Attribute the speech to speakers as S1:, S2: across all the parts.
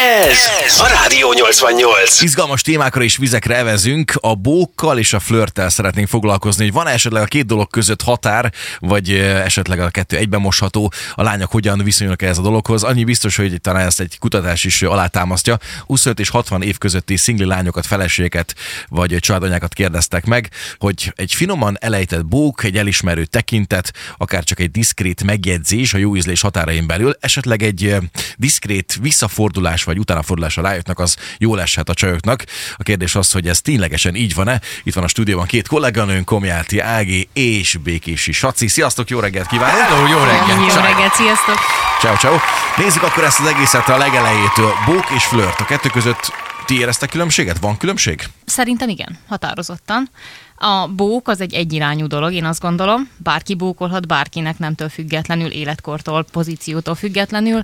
S1: Ez a Rádió 88.
S2: Izgalmas témákra és vizekre evezünk, a bókkal és a flörttel szeretnénk foglalkozni, hogy van esetleg a két dolog között határ, vagy eh, esetleg a kettő egyben mosható, a lányok hogyan viszonyulnak ehhez a dologhoz. Annyi biztos, hogy talán ezt egy kutatás is alátámasztja. 25 és 60 év közötti szingli lányokat, feleségeket vagy családanyákat kérdeztek meg, hogy egy finoman elejtett bók, egy elismerő tekintet, akár csak egy diszkrét megjegyzés a jó ízlés határain belül, esetleg egy eh, diszkrét visszafordulás vagy utánafordulásra rájöttnek, az jól eshet a csajoknak. A kérdés az, hogy ez ténylegesen így van-e. Itt van a stúdióban két kolléganőnk, Komjáti Ági és Békési Saci. Sziasztok, jó reggelt kívánok! Hello, jó
S3: Jó reggelt, sziasztok!
S2: Ciao, ciao. Nézzük akkor ezt az egészet a legelejétől. Bók és flört. A kettő között ti éreztek különbséget? Van különbség?
S3: Szerintem igen, határozottan. A bók az egy egyirányú dolog, én azt gondolom. Bárki bókolhat bárkinek, nemtől függetlenül, életkortól, pozíciótól függetlenül.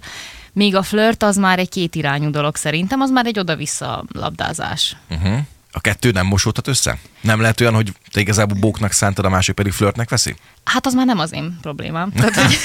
S3: Míg a flört az már egy kétirányú dolog szerintem, az már egy oda-vissza labdázás.
S2: Uh-huh. A kettő nem mosódhat össze? Nem lehet olyan, hogy te igazából bóknak szántad, a másik pedig flörtnek veszi?
S3: Hát az már nem az én problémám. Tehát, hogy,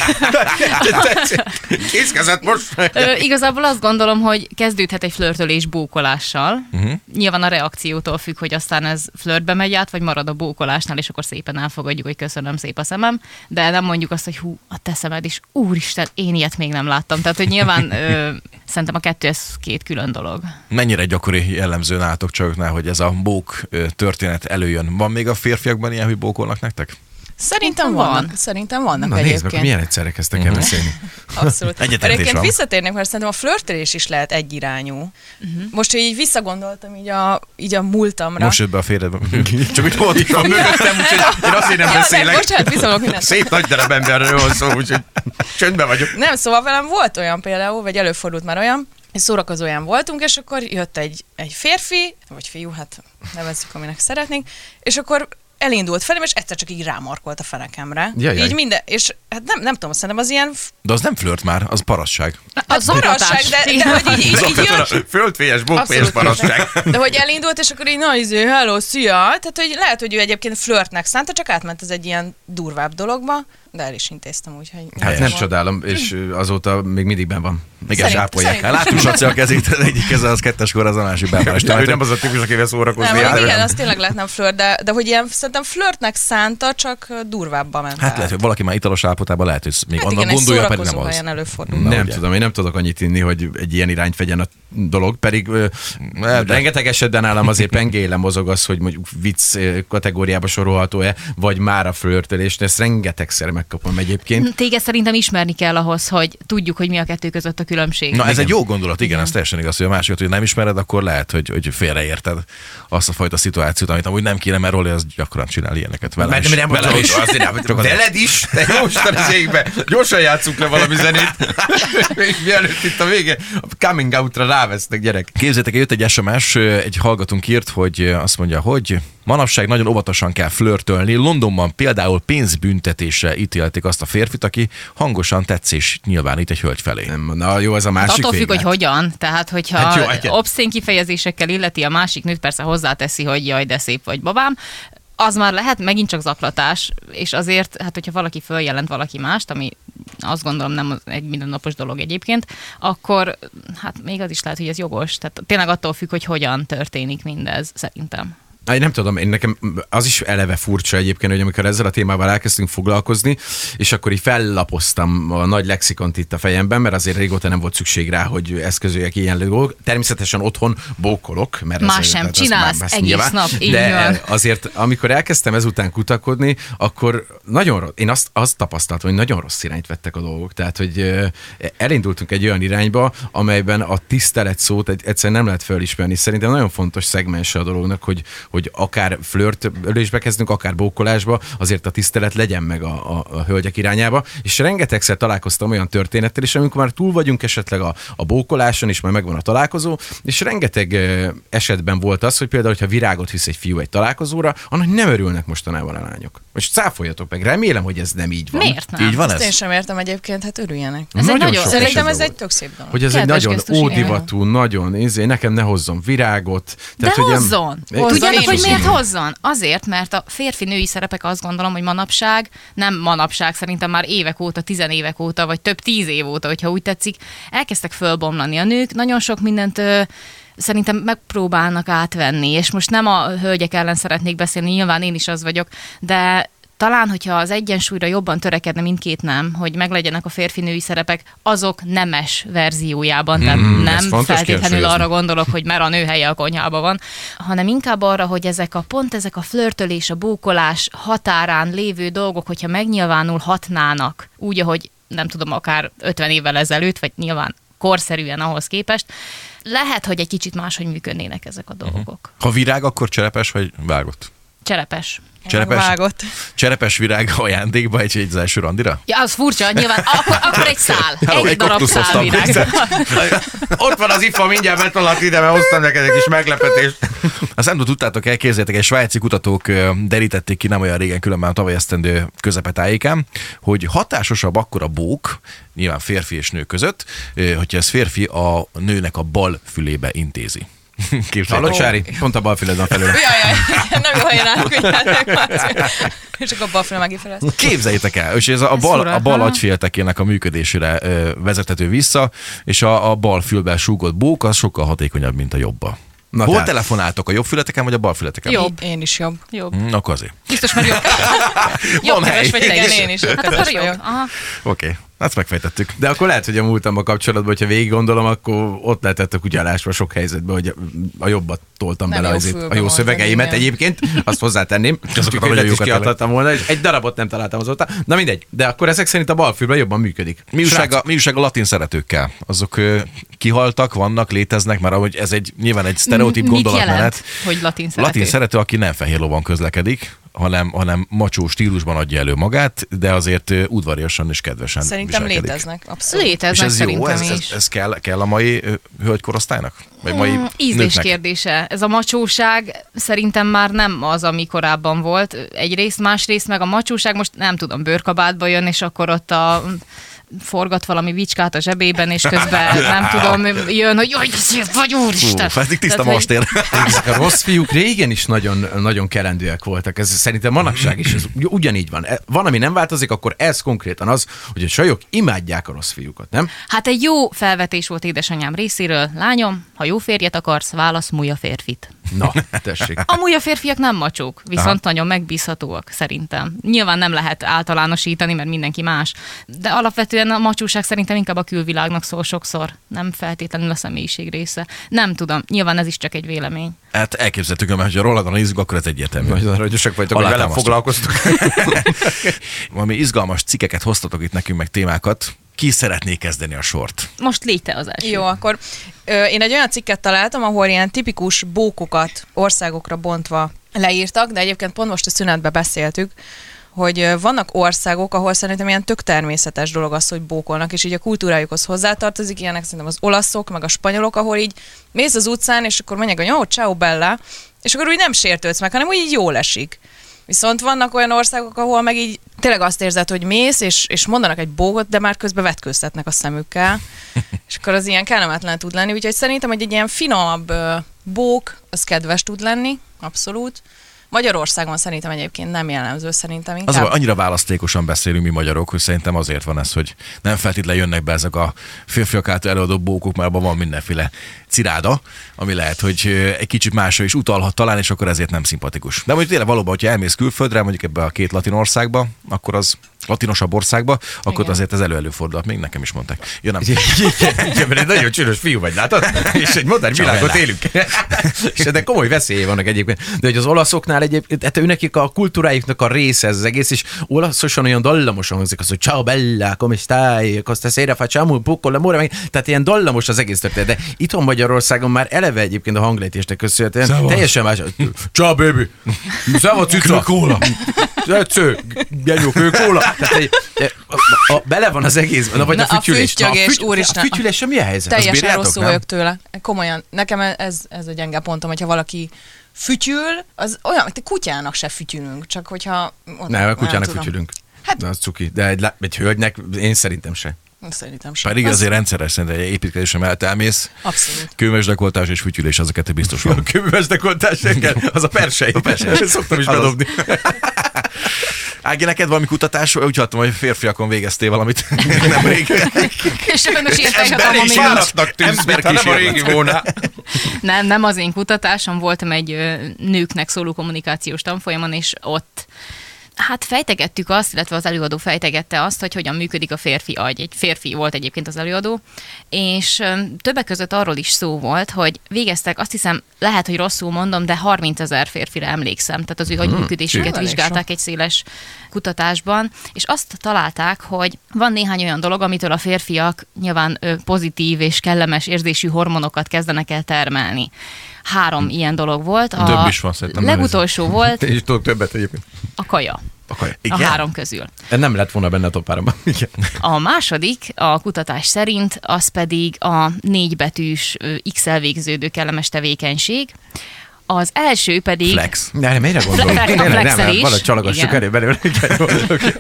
S4: Készkezett most.
S3: ö, igazából azt gondolom, hogy kezdődhet egy flörtölés bókolással. Uh-huh. Nyilván a reakciótól függ, hogy aztán ez flörtbe megy át, vagy marad a bókolásnál, és akkor szépen elfogadjuk, hogy köszönöm szép a szemem, de nem mondjuk azt, hogy hú, a te szemed is, úristen, én ilyet még nem láttam. Tehát, hogy nyilván ö, szerintem a kettő ez két külön dolog.
S2: Mennyire gyakori jellemző nálatok csajoknál, hogy ez a bók ö, történet előjön? Van még a férfiakban ilyen, hogy bókolnak nektek?
S5: Szerintem
S3: Van.
S5: vannak. Szerintem vannak
S4: Na nézd meg,
S5: egyébként.
S4: milyen egyszerre kezdtek
S2: Mhm.
S4: el beszélni.
S5: Abszolút.
S2: Egyetemt is
S5: Egyébként
S2: van.
S5: visszatérnék, mert szerintem a flörtölés is lehet egyirányú.
S4: Mhm.
S5: Uh-huh. Most, hogy így visszagondoltam így a, így a múltamra.
S2: Most jött be a férjed. Csak úgy volt,
S4: Van mögöttem, úgyhogy én azért nem
S5: ja, nem,
S4: beszélek.
S5: bocsánat, viszonylag mindent.
S4: Szép nagy darab emberről van szó, úgyhogy csöndben vagyok.
S5: Nem, szóval velem volt olyan például, vagy előfordult már olyan, hogy szórakozóján voltunk, és akkor jött egy, egy férfi, vagy fiú, hát nevezzük, aminek szeretnénk, és akkor elindult felém, és egyszer csak így rámarkolt a fenekemre.
S4: Jajjaj.
S5: Így minden, és hát nem, nem tudom, szerintem az ilyen
S2: De az nem flört már, az parasság.
S5: a zarasság, de, de hogy így, így, így jön,
S4: Földfélyes, bokfélyes
S5: Abszolút.
S4: barasság.
S5: De hogy elindult, és akkor így, na, izé, hello, szia. Tehát, hogy lehet, hogy ő egyébként flörtnek szánta, csak átment ez egy ilyen durvább dologba, de el is intéztem, úgyhogy...
S4: Hát nem
S5: igazából.
S4: csodálom, és azóta még mindig ben van.
S2: Igen,
S5: Szerint-
S2: sápolják.
S5: szerint-
S2: Hát láttuk Saci a kezét, az egyik keze az kettes kor, az a másik bármás.
S4: De ő nem az a típus, akivel
S5: Nem,
S4: szórakozni.
S5: mondjuk
S4: áll.
S5: igen, az tényleg lehet nem flört, de, de hogy ilyen, szerintem flörtnek szánta, csak durvábbba ment
S2: Hát
S5: át.
S2: lehet, hogy valaki már italos állapotában lehet, hogy még
S5: Hát
S2: annak
S5: igen,
S2: gondolja,
S5: egy
S2: pedig nem az.
S5: szórakozó helyen előfordul.
S4: Nem
S2: ugye.
S4: tudom, én nem tudok annyit inni, hogy egy ilyen irányt vegyen a dolog, pedig ö,
S2: de-
S4: rengeteg esetben nálam azért pengéle mozog az, hogy mondjuk vicc ö, kategóriába sorolható-e, vagy már a flörtölés, de ezt rengetegszer megkapom egyébként.
S3: Téged szerintem ismerni kell ahhoz, hogy tudjuk, hogy mi a kettő között a különbség.
S2: Na, ez egy jó gondolat, igen, ez teljesen igaz, hogy a másikat, hogy nem ismered, akkor lehet, hogy, hogy félreérted azt a fajta szituációt, amit amúgy nem kéne, mert Roli az gyakran csinál ilyeneket velem
S4: Mert
S2: is.
S4: nem
S2: velem
S4: velem
S2: is.
S4: Azért nem,
S2: Csak az-
S4: veled is? Te mostan az égbe. Gyorsan játszunk le valami zenét. Még mielőtt itt a vége, a coming outra rávesznek gyerek.
S2: Képzeljétek, el, jött egy SMS, egy hallgatónk írt, hogy azt mondja, hogy manapság nagyon óvatosan kell flörtölni. Londonban például pénzbüntetésre ítélték azt a férfit, aki hangosan tetszés nyilvánít egy hölgy felé.
S4: Nem, na jó, ez a
S3: Hát
S4: másik
S3: attól függ,
S4: vége.
S3: hogy hogyan. Tehát, hogyha
S4: Hát jó,
S3: hát
S4: hát-
S3: jó, obszén kifejezésekkel illeti a másik nőt, persze hozzáteszi, hogy jaj, de szép vagy babám, az már lehet megint csak zaklatás, és azért, hát hogyha valaki följelent valaki mást, ami azt gondolom nem az- egy mindennapos dolog egyébként, akkor hát még az is lehet, hogy ez jogos. Tehát tényleg attól függ, hogy hogyan történik mindez, szerintem.
S4: Én nem tudom, én nekem az is eleve furcsa egyébként, hogy amikor ezzel a témával elkezdtünk foglalkozni, és akkor így fellapoztam a nagy lexikont itt a fejemben, mert azért régóta nem volt szükség rá, hogy eszközöljek ilyen dolgok. Természetesen otthon bókolok, mert
S3: Más
S4: azért-
S3: sem
S4: tehát az
S3: csinálsz
S4: már- az
S3: egész nap, így
S4: de
S3: van.
S4: azért, amikor elkezdtem ezután kutakodni, akkor nagyon rossz, én azt, azt tapasztaltam, hogy nagyon rossz irányt vettek a dolgok. Tehát, hogy ö, elindultunk egy olyan irányba, amelyben a tisztelet szót egy- egyszerűen nem lehet fölismerni. Szerintem nagyon fontos szegmense a dolognak, hogy, hogy akár flörtölésbe kezdünk, akár bókolásba, azért a tisztelet legyen meg a, a, a hölgyek irányába. És rengetegszer találkoztam olyan történettel is, amikor már túl vagyunk esetleg a, a bókoláson, és már megvan a találkozó, és rengeteg ö, esetben volt az, hogy például, hogyha virágot visz egy fiú egy találkozóra, annak nem örülnek mostanában a lányok. Most cáfoljatok meg, remélem, hogy ez nem így van.
S3: Miért nem?
S2: Így van
S5: Ezt én
S2: ez?
S5: sem értem egyébként, hát örüljenek.
S3: Ez egy nagyon-
S4: sok
S5: Szerintem
S4: esetben
S5: ez egy
S4: volt.
S5: tök szép dolog.
S4: Hogy ez egy
S3: Kedves
S4: nagyon
S3: gesztus, igen.
S4: ódivatú, nagyon, izé, nekem ne hozzon virágot.
S3: De
S4: hogy em-
S3: hozzon!
S4: Én-
S5: Hozzon,
S3: Tudja
S5: igen,
S3: Csak hogy
S2: hozzon.
S3: miért hozzon? Azért, mert a férfi-női szerepek azt gondolom, hogy manapság, nem manapság, szerintem már évek óta, tizenévek óta, vagy több tíz év óta, hogyha úgy tetszik, elkezdtek fölbomlani a nők, nagyon sok mindent ö, szerintem megpróbálnak átvenni, és most nem a hölgyek ellen szeretnék beszélni, nyilván én is az vagyok, de talán, hogyha az egyensúlyra jobban törekedne mindkét nem, hogy meglegyenek a férfi-női szerepek azok nemes verziójában, tehát nem
S4: Hmm, fontos
S3: feltétlenül
S4: kihangsúlyozni.
S3: arra gondolok, hogy már a nő helye a konyhába van, hanem inkább arra, hogy ezek a pont, ezek a flörtölés, a bókolás határán lévő dolgok, hogyha megnyilvánulhatnának úgy, ahogy nem tudom, akár 50 évvel ezelőtt, vagy nyilván korszerűen ahhoz képest, lehet, hogy egy kicsit máshogy működnének ezek a
S2: Mhm.
S3: dolgok.
S2: Ha virág, akkor cserepes vagy vágott?
S3: Cserepes.
S2: Cserepes,
S5: Vágott.
S2: cserepes virág ajándékba egy, egy az első randira?
S3: Ja, az furcsa, nyilván, akkor, akkor egy szál,
S2: Hello,
S3: egy,
S2: egy
S3: darab
S2: kaktusz
S3: szál
S2: hoztam.
S3: virág.
S4: Ott van az ifa, mindjárt betolhat ide, mert hoztam neked egy kis meglepetést.
S2: Azt nem tudtátok, elképzeljétek, egy svájci kutatók ö, derítették ki nem olyan régen, különben a tavaly esztendő közepetájéken, hogy hatásosabb akkor a bók, nyilván férfi és nő között, ö, hogyha ez férfi a nőnek a bal fülébe intézi.
S4: Hallod,
S2: Képzeljétek.
S4: Sári? Pont a bal füled van felül.
S5: Jaj, jaj, nem jó helyen állok, És akkor balfél megifelezt.
S2: Képzeljétek el, és ez a bal, a
S3: fura.
S2: bal
S3: Aha.
S2: agyféltekének a működésére ö, vezethető vissza, és a, a bal fülben súgott bók az sokkal hatékonyabb, mint a jobba. Na
S4: Na
S2: Hol
S4: tehát.
S2: telefonáltok, a jobb fületeken vagy a bal fületeken?
S3: Jobb.
S5: Én is jobb.
S3: Jobb.
S2: Mm, akkor azért.
S3: Biztos, mert jobb.
S2: Van
S5: Jobb
S2: hely.
S5: köves vagy te
S2: Igen,
S5: is. Én is jobb
S3: Hát akkor
S5: köves
S3: jobb.
S5: vagyok.
S3: Aha.
S2: Oké, okay. ezt megfejtettük.
S4: De akkor lehet, hogy a múltamban kapcsolatban, hogyha végig gondolom, akkor ott lehetett a kutyálásba sok helyzetben, hogy a jobbat toltam
S5: Nem
S4: bele
S5: jó
S4: azért a
S5: fülbe
S4: jó
S5: mondtad,
S4: szövegeimet
S5: igen.
S4: egyébként, azt hozzátenném,
S2: Azokat a
S4: hogy
S2: nagyon
S4: is
S2: jókat
S4: kiadhattam volna, és egy darabot nem találtam azóta. Na mindegy, de akkor ezek szerint a balfülben jobban működik.
S2: Mi újság, a, mi újság a latin szeretőkkel? Azok ö, kihaltak, vannak, léteznek, mert ahogy ez egy nyilván egy sztereotíp
S3: Mit
S2: gondolatmenet.
S3: jelent, hogy latin szerető?
S2: Latin szerető, aki nem fehér lovon közlekedik, hanem, hanem macsó stílusban adja elő magát, de azért ö, udvariasan és kedvesen
S5: Szerintem
S2: viselkedik.
S5: léteznek, abszolút.
S2: És
S3: Léteznek
S2: ez jó,
S3: szerintem
S2: ez,
S3: is.
S2: ez, ez kell, kell a mai ö, hölgykorosztálynak? Vagy mai
S3: Mm, Ízlés
S2: nőknek?
S3: kérdése. Ez a macsóság szerintem már nem az, ami korábban volt. Egyrészt, másrészt meg a macsóság most nem tudom, bőrkabátba jön, és akkor ott a forgat valami vicskát a zsebében, és közben nem tudom, jön, hogy jaj, szép vagy úristen.
S2: Fú, pedig tiszta
S3: Tehát, hogy-
S2: mastér.
S4: Ezek a rossz fiúk régen is nagyon, nagyon kerendőek voltak. Ez szerintem manapság is ez ugy- ugyanígy van. E- Van, ami nem változik, akkor ez konkrétan az, hogy a sajok imádják a rossz fiúkat, nem?
S3: Hát egy jó felvetés volt édesanyám részéről. Lányom, ha jó férjet akarsz, válasz múlja férfit.
S4: Na, tessék.
S3: Amúgy a férfiak nem macsók, viszont Aha. nagyon megbízhatóak szerintem. Nyilván nem lehet általánosítani, mert mindenki más, de alapvetően a macsóság szerintem inkább a külvilágnak szól sokszor, nem feltétlenül a személyiség része. Nem tudom, nyilván ez is csak egy vélemény.
S2: Hát elképzeltük, mert ha rólad nézzük, akkor ez egyértelmű.
S4: Nagyon aragyosak vagytok, hogy velem
S2: Alátámasztjuk.
S4: foglalkoztok.
S2: Valami izgalmas cikkeket hoztatok itt nekünk, meg témákat. Ki szeretné kezdeni a sort?
S3: Most légy te az első.
S5: Jó, akkor ö, én egy olyan cikket találtam, ahol ilyen tipikus bókokat országokra bontva leírtak, de egyébként pont most a szünetben beszéltük, hogy ö, vannak országok, ahol szerintem ilyen tök természetes dolog az, hogy bókolnak, és így a kultúrájukhoz hozzátartozik, ilyenek szerintem az olaszok, meg a spanyolok, ahol így mész az utcán, és akkor mondják, hogy jó, ciao bella, és akkor úgy nem sértődsz meg, hanem úgy így jól esik. Viszont vannak olyan országok, ahol meg így tényleg azt érzed, hogy mész, és, és mondanak egy bógot, de már közben vetkőztetnek a szemükkel, és akkor az ilyen kellemetlen tud lenni. Úgyhogy szerintem, hogy egy ilyen finomabb ö, bók, az kedves tud lenni, abszolút. Magyarországon szerintem egyébként nem jellemző, szerintem
S2: Az
S5: inkább.
S2: ja. annyira választékosan beszélünk mi magyarok, hogy szerintem azért van ez, hogy nem feltétlenül jönnek be ezek a férfiak által előadó bókok, mert abban van mindenféle ciráda, ami lehet, hogy ö, egy kicsit másra is utalhat talán, és akkor ezért nem szimpatikus. De mondjuk tényleg valóban, hogyha elmész külföldre, mondjuk ebbe a két latin országba, akkor az latinosabb országba, akkor ott
S5: Igen.
S2: azért ez elő-előfordulhat, még nekem is mondták. Ja, nem.
S4: Igen, igen, mert egy nagyon csörös fiú vagy, látod? És egy modern
S2: Csavella.
S4: világot élünk. És ennek komoly veszélye vannak egyébként. De hogy az olaszoknál egyébként, hát őnekik a kultúrájuknak a része ez az egész, és olaszosan olyan dallamosan hangzik az, hogy ciao bella, come stai, costa sera facciamo un poco l'amore, meg- tehát ilyen dallamos az egész történet. De itthon Magyarországon már eleve egyébként a hanglejtésnek köszönhetően
S2: Szevasz.
S4: teljesen más. Ciao baby, szava cica,
S2: Kőkóla.
S4: tetsző, genyó, kőkóla. Tehát egy, a, a, bele van az egész, na vagy
S5: Na,
S4: a
S5: a
S4: fütyülés. Na,
S5: füttyögés,
S4: füty-
S5: úristen.
S4: A fütyüléssel mi a helyzet? Azt
S5: Teljesen
S4: bírjátok,
S5: rosszul
S4: nem?
S5: vagyok tőle. Komolyan. Nekem ez, ez a gyenge pontom, hogyha valaki fütyül, az olyan, mint kutyának se fütyülünk, csak hogyha...
S4: Nem, a kutyának
S5: tudom.
S4: fütyülünk. Hát, az cuki, de egy, lá- egy hölgynek én szerintem se.
S5: Szerintem sem.
S2: Pedig azért rendszeres szerintem egy építkezés mellett elmész.
S5: Abszolút.
S2: Kőmesdekoltás és fütyülés, az a kettő biztos van.
S4: Kövös dekoltás, igen, az a persei. A persei. Szoktam is
S2: Azaz.
S4: bedobni.
S2: Ági, neked valami kutatás? Úgy hattam, hogy férfiakon végeztél valamit nemrég.
S3: És önös
S2: Emberi
S3: írtáshatalom
S2: is
S3: még
S2: van.
S3: nincs.
S4: Fáradtnak tűz, mint ha nem a
S2: Emberkísérlet.
S4: régi volna.
S3: Nem, nem az én kutatásom, voltam egy ö, nőknek szóló kommunikációs tanfolyamon, és ott Hát fejtegettük azt, illetve az előadó fejtegette azt, hogy hogyan működik a férfi agy. Egy férfi volt egyébként az előadó, és öm, többek között arról is szó volt, hogy végeztek, azt hiszem, lehet, Hát, hogy rosszul mondom, de 30 ezer férfire emlékszem, tehát az ő agyműködésüket
S5: Elég
S3: hmm, vizsgálták egy széles kutatásban, és azt találták, hogy van néhány olyan dolog, amitől a férfiak nyilván ö, pozitív és kellemes érzésű hormonokat kezdenek el termelni. Három ilyen dolog volt. A
S2: Hm. Több is van, szerintem már ez-
S3: Legutolsó volt
S4: Én is tudok többet egyébként.
S3: a kaja.
S4: Akar.
S3: A három közül.
S4: Nem lett volna benne a top háromban. Igen.
S3: A második, a kutatás szerint, az pedig a négybetűs ö, X-el végződő kellemes tevékenység. Az első pedig...
S2: Flex.
S4: Ne, nem, mire gondolok?
S3: Flex-
S4: Tényleg nem,
S3: flexelés.
S4: nem, valahogy csalogassuk
S3: Igen.
S4: elő belőle. Igen, jó, oké.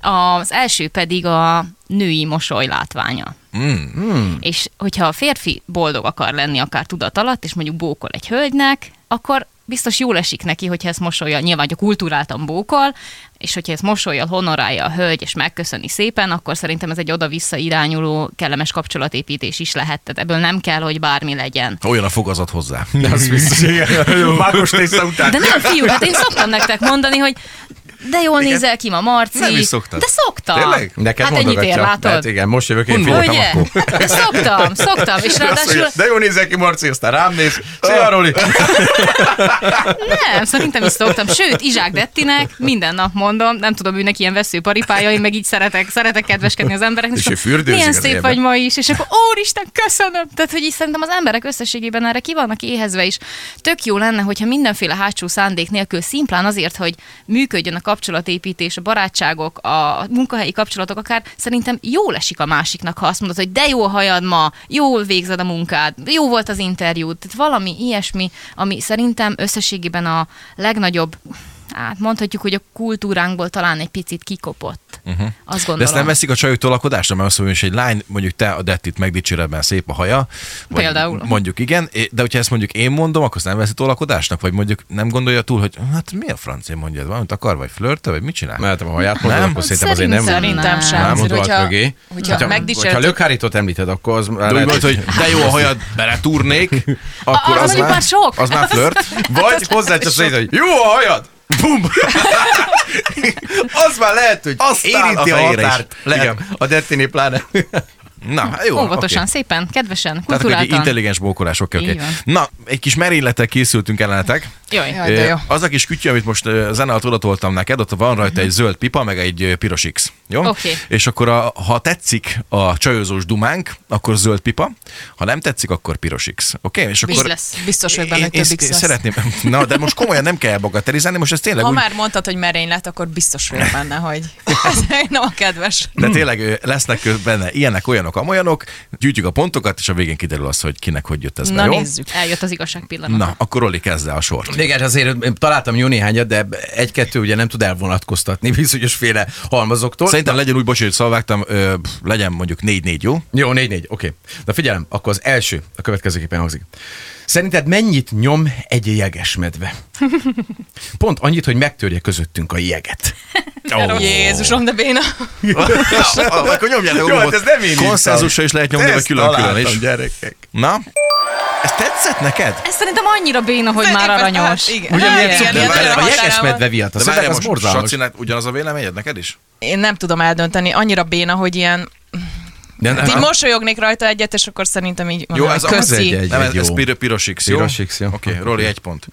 S3: Az első pedig a női mosoly látványa.
S2: Hmm.
S4: Hmm.
S3: Mm. És hogyha a férfi boldog akar lenni, akár tudat alatt, és mondjuk bókol egy hölgynek, akkor biztos jól esik neki, hogyha ezt mosolya, nyilván, hogyha kultúráltan bókol, és hogyha ezt mosolyal honorálja a hölgy, és megköszöni szépen, akkor szerintem ez egy oda-vissza irányuló kellemes kapcsolatépítés is lehet. Tehát ebből nem kell, hogy bármi legyen.
S2: Olyan a fogazat hozzá.
S4: Az biztos, igen. Mákos tészta után.
S3: De nem fiú, hát én szoktam nektek mondani, hogy de jól
S2: Igen.
S3: nézel ki ma, Marci.
S2: Nem is szoktad.
S3: De szoktam.
S2: Tényleg?
S4: Neked
S3: hát ennyit ér,
S4: mondogatja.
S3: látod?
S4: Hát igen, most jövök, én
S2: Mondom.
S4: voltam
S3: Ugye?
S4: akkor.
S3: De szoktam, szoktam, és ráadásul
S4: De jó nézel ki, Marci, aztán rám néz. Szia, Roli!
S3: nem, szerintem is szoktam. Sőt, Izsák Dettinek minden nap mondom, nem tudom, őnek ilyen veszőparipája, én meg így szeretek, szeretek kedveskedni az embereknek.
S4: És
S3: Szóval,
S4: ő fürdőzik
S3: Milyen
S4: az
S3: szép
S4: élben.
S3: vagy ma is, és akkor úristen, köszönöm. Tehát, hogy így szerintem az emberek összességében erre ki vannak éhezve is. Tök jó lenne, hogyha mindenféle hátsó szándék nélkül szimplán azért, hogy működjön a kapcsolatépítés, a barátságok, a munkahelyi kapcsolatok akár, szerintem jól esik a másiknak, ha azt mondod, hogy de jó a hajad ma, jól végzed a munkád, jó volt az interjú, tehát valami ilyesmi, ami szerintem összességében a legnagyobb, hát mondhatjuk, hogy a kultúránkból talán egy picit kikopott. Uh-huh. Azt gondolom.
S2: Mhm. De ezt nem veszik a csajoktól lakodásra, mert azt mondom, hogy egy lány, mondjuk te a Dettit megdicséred, mert szép a haja. Vagy
S3: Például.
S2: Mondjuk igen, é- de hogyha ezt mondjuk én mondom, akkor azt nem veszi tolakodásnak, vagy mondjuk nem gondolja túl, hogy hát mi a francia mondja, valamit akar, vagy flörte, vagy mit csinál?
S4: Mehetem a haját, mondod,
S2: Nem.
S4: akkor szerintem azért nem.
S3: Szerintem
S5: Szerintem
S3: Nem.
S5: sem.
S4: Nem
S5: Azért,
S4: mondod
S5: hogyha,
S4: mögé.
S5: hogyha
S4: hogyha
S5: megdicsért,
S4: lökhárítót említed, akkor az
S2: De úgy volt, hogy de jó a hajad, beletúrnék, akkor
S3: az
S2: az,
S3: mondjuk már sok.
S2: az már flört.
S4: Vagy hozzáteszed, hogy jó a hajad! Bum! az már lehet, hogy
S2: Aztán
S4: érinti
S2: a
S4: a,
S2: fejére is.
S4: határt. Lehet.
S2: Igen.
S4: A Dettiné pláne.
S2: Na, hát jó.
S3: Óvatosan,
S2: oké.
S3: okay. szépen, kedvesen,
S2: Tehát akkor egy
S3: kulturáltan.
S2: intelligens bókolás, oké, oké.
S3: Így van.
S2: Na, egy kis merénylettel készültünk ellenetek.
S3: Jaj.
S5: Jaj, de
S2: Ö,
S5: jó.
S2: Az a kis kütyű, amit most ö, zene alatt odatoltam neked, ott van rajta egy zöld pipa, meg egy ö, piros X. Jó?
S3: Oké.
S2: És akkor a, ha tetszik a csajozós dumánk, akkor zöld pipa, ha nem tetszik, akkor piros X. Oké? És
S3: Víz
S2: akkor...
S3: lesz.
S5: biztos vagy benne, hogy
S2: én,
S5: több X
S2: én
S5: lesz.
S2: szeretném, na de most komolyan nem kell bagatelizálni, most ez tényleg
S5: Ha
S2: úgy,
S5: már mondtad, hogy merény lett, akkor biztos vagyok benne, hogy ez nem a kedves.
S2: de tényleg ö, lesznek ö, benne ilyenek, olyanok, amolyanok, gyűjtjük a pontokat, és a végén kiderül az, hogy kinek hogy jött ez
S5: Na
S2: be, jó?
S5: nézzük.
S3: Eljött az igazság pillanata.
S2: Na, akkor Roli kezd el a sort.
S4: Igen, hát azért én találtam jó néhányat, de egy-kettő ugye nem tud elvonatkoztatni bizonyos féle halmazoktól.
S2: Szerintem legyen úgy, bocs, hogy szalvágtam, ö, pff, legyen mondjuk 4-4, jó?
S4: Jó, négy-négy, oké. Na figyelem, akkor az első a következőképpen hangzik. Szerinted mennyit nyom egy jegesmedve? Pont annyit, hogy megtörje közöttünk a jeget.
S5: Oh. Jézusom, de béna.
S2: Na, akkor nyomjátok
S4: Jó, hát ez nem én írtam.
S2: Konszenzusra is lehet nyomni, vagy
S4: Ezt
S2: külön-külön
S4: találtam,
S2: is.
S4: gyerekek.
S2: Na, ez tetszett neked?
S3: Ez szerintem annyira béna, hogy már aranyos.
S5: Hát, igen.
S4: Ugye
S5: Hát,
S4: milyen
S5: igen,
S4: cuki?
S5: ilyen
S2: várjál,
S5: nagyon
S4: A
S5: határában.
S4: jegesmedve viat.
S2: De
S4: Azt
S2: várjál
S4: mondták, az
S2: most,
S4: borzalmas.
S2: Sacinát, ugyanaz a véleményed neked is?
S5: Én nem tudom eldönteni, annyira béna, hogy ilyen...
S4: De-
S5: Hát így mosolyognék rajta egyet, és akkor szerintem így mondom,
S2: ez
S5: hogy
S2: az
S5: köszi.
S4: egy- egy-
S2: Nem, ez,
S4: jó.
S2: ez pir- piros X, jó?
S4: Piros X, jó.
S2: Oké, Mm. Roli egy pont.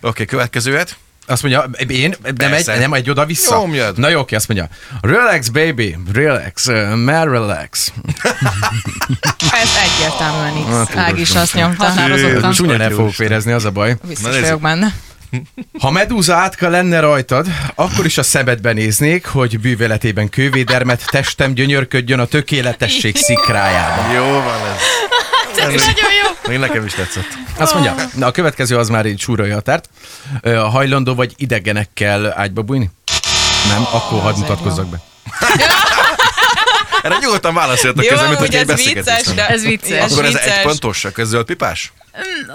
S2: Oké, következőet.
S4: Azt mondja, én, nem egy,
S2: Persze.
S4: nem egy oda-vissza.
S2: Nyomjad.
S4: Na jó, oké, azt mondja, relax baby, relax, uh, mer relax.
S5: Ez egyértelműen X.
S4: Hát,
S5: Ág is
S4: tudom.
S5: azt nyomta.
S3: Határozottan.
S4: Csúnyan el fogok vérezni, az a baj.
S5: Biztos
S2: Na, nézzük.
S5: vagyok benne.
S4: Ha medúza átka lenne rajtad, akkor is a szemedbe néznék, hogy bűveletében kővédermet testem gyönyörködjön a tökéletesség szikrájában.
S2: Jó van ez. ez nagyon jó. Még nekem is tetszett.
S4: Azt mondja, na a következő az már így súrolja a határt. Ö, Hajlandó vagy idegenekkel ágyba bújni? Nem, akkor hadd mutatkozzak be.
S2: Erre nyugodtan válaszoljatok
S5: Jó,
S2: közben, mint hogy
S5: amúgy
S2: egy
S5: ez vicces,
S2: beszélgetést.
S5: de...
S3: Ez vicces.
S2: Akkor ez
S5: vicces.
S2: egy pontos, akkor ez zöld pipás?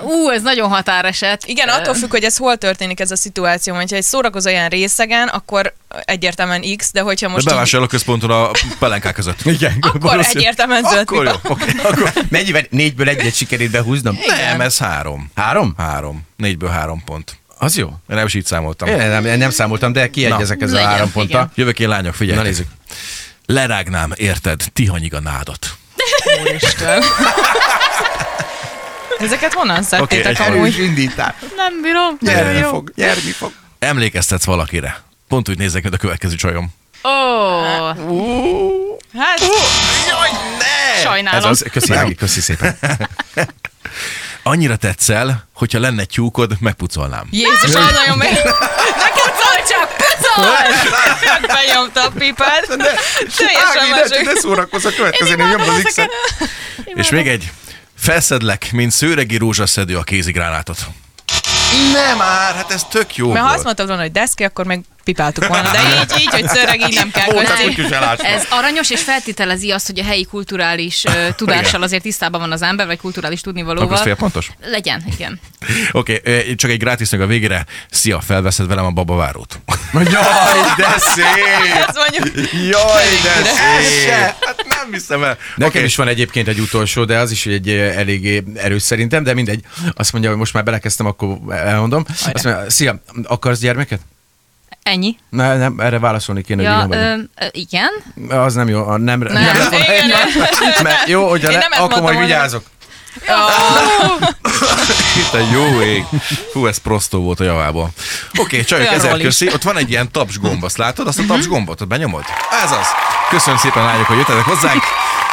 S3: Ú, ez nagyon határeset.
S5: Igen, attól függ, hogy ez hol történik ez a szituáció. Hogyha egy szórakozó ilyen részegen, akkor egyértelműen X, de hogyha
S2: Most
S5: most... így-
S2: bevásárló központon a pelenkák között.
S4: Igen,
S5: Akkor egyértelműen zöld
S2: Akkor jó,
S5: pipa.
S2: oké.
S4: Akkor mennyiben négyből egyet sikerült behúznom?
S2: Nem, ez három.
S4: Három?
S2: Három. Négyből három pont.
S4: Az jó.
S2: Én nem is így számoltam.
S4: Én nem, nem számoltam, de kiegyezek ezzel a
S3: Legyen,
S4: három ponttal.
S3: igen.
S2: Jövök én, lányok, figyelj.
S4: Na, nézzük.
S2: Lerágnám, érted, tihanyig a nádat.
S5: Úristen. Ezeket honnan szedtétek
S2: egy
S5: okay, amúgy?
S4: indítás.
S3: Nem bírom.
S4: Nyerni fog, nyerni fog.
S2: Emlékeztetsz valakire. Pont úgy nézek, mint a következő csajom.
S3: Ó,
S5: Hát,
S4: Ez
S3: sajnálom.
S4: az, köszi, Ági, köszi szépen.
S2: Annyira tetszel, hogyha lenne tyúkod, megpucolnám.
S5: Jézus, az nagyon meg... Neked szól csak, pucolj! Benyomta a pipát. Teljesen mások.
S4: szórakozz a következőn,
S5: Én imádom
S4: x
S5: ezeket.
S2: És még egy. Felszedlek, mint szőregi rózsaszedő a kézigránátot. Nem már, hát ez tök jó
S5: Mert ha azt
S2: volt.
S5: mondtad volna, hogy deszki, akkor még pipáltuk volna. De így, így, hogy szöreg, így nem kell
S4: Voltak
S5: köszi.
S4: kutyus elásva.
S3: Ez aranyos, és feltételezi azt, hogy a helyi kulturális ö, tudással azért tisztában van az ember, vagy kulturális
S2: Akkor ez fél
S3: tudnivalóval.
S2: pontos?
S3: Legyen, igen.
S2: Oké, okay, csak egy grátis meg a végére. Szia, felveszed velem a babavárót.
S4: Jaj, de szép!
S5: Ezt mondjuk.
S4: Jaj, de
S2: Ez
S4: szép!
S2: se, hát nem hiszem el.
S4: Nekem
S2: Oké.
S4: okay. is van egyébként egy utolsó, de az is egy eh, eléggé erős szerintem, de mindegy. Azt mondja, hogy most már belekezdtem, akkor elmondom. Azt mondja, szia, akarsz gyermeket?
S3: Ennyi.
S4: Ne, nem, erre válaszolni kéne, hogy
S3: Ja,
S4: igen vagy
S3: ö, ö, igen.
S4: nem. Az nem jó, a nem, nem. nem.
S5: Igen,
S4: Mert jó, hogyha
S5: Én
S4: ne,
S5: nem ezt
S4: akkor
S5: mondtam
S4: majd
S5: volna.
S4: vigyázok.
S2: Itt a jó ég. Hú, ez prostó volt a javából. Oké, okay, csajok,
S5: Olyanról
S2: ezer
S5: is.
S2: köszi. Ott van egy ilyen taps gomb, azt látod? Azt a
S3: Mhm.
S2: taps gombot ott benyomod? Ez az. Köszönöm szépen, lányok, hogy jöttetek hozzánk.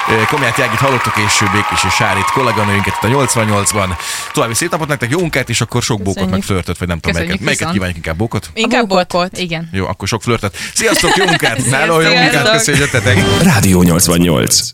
S2: Ö, Komját Jágit hallottok, és Békés és Sárit kolléganőinket itt a 88-ban. További szép napot nektek, jó munkát, és akkor sok bókot,
S5: Köszönjük.
S2: meg flörtöt, vagy nem tudom
S3: Köszönjük
S2: melyiket. Melyiket
S3: viszont.
S2: kívánjuk inkább bókot?
S5: Inkább bokot.
S3: Igen.
S2: Jó, akkor sok flörtöt. Sziasztok, jó munkát!
S5: Sziasztok!
S4: Hello, jó munkát,
S5: Sziasztok.
S4: köszi, hogy jöttetek.
S1: Rádió 88.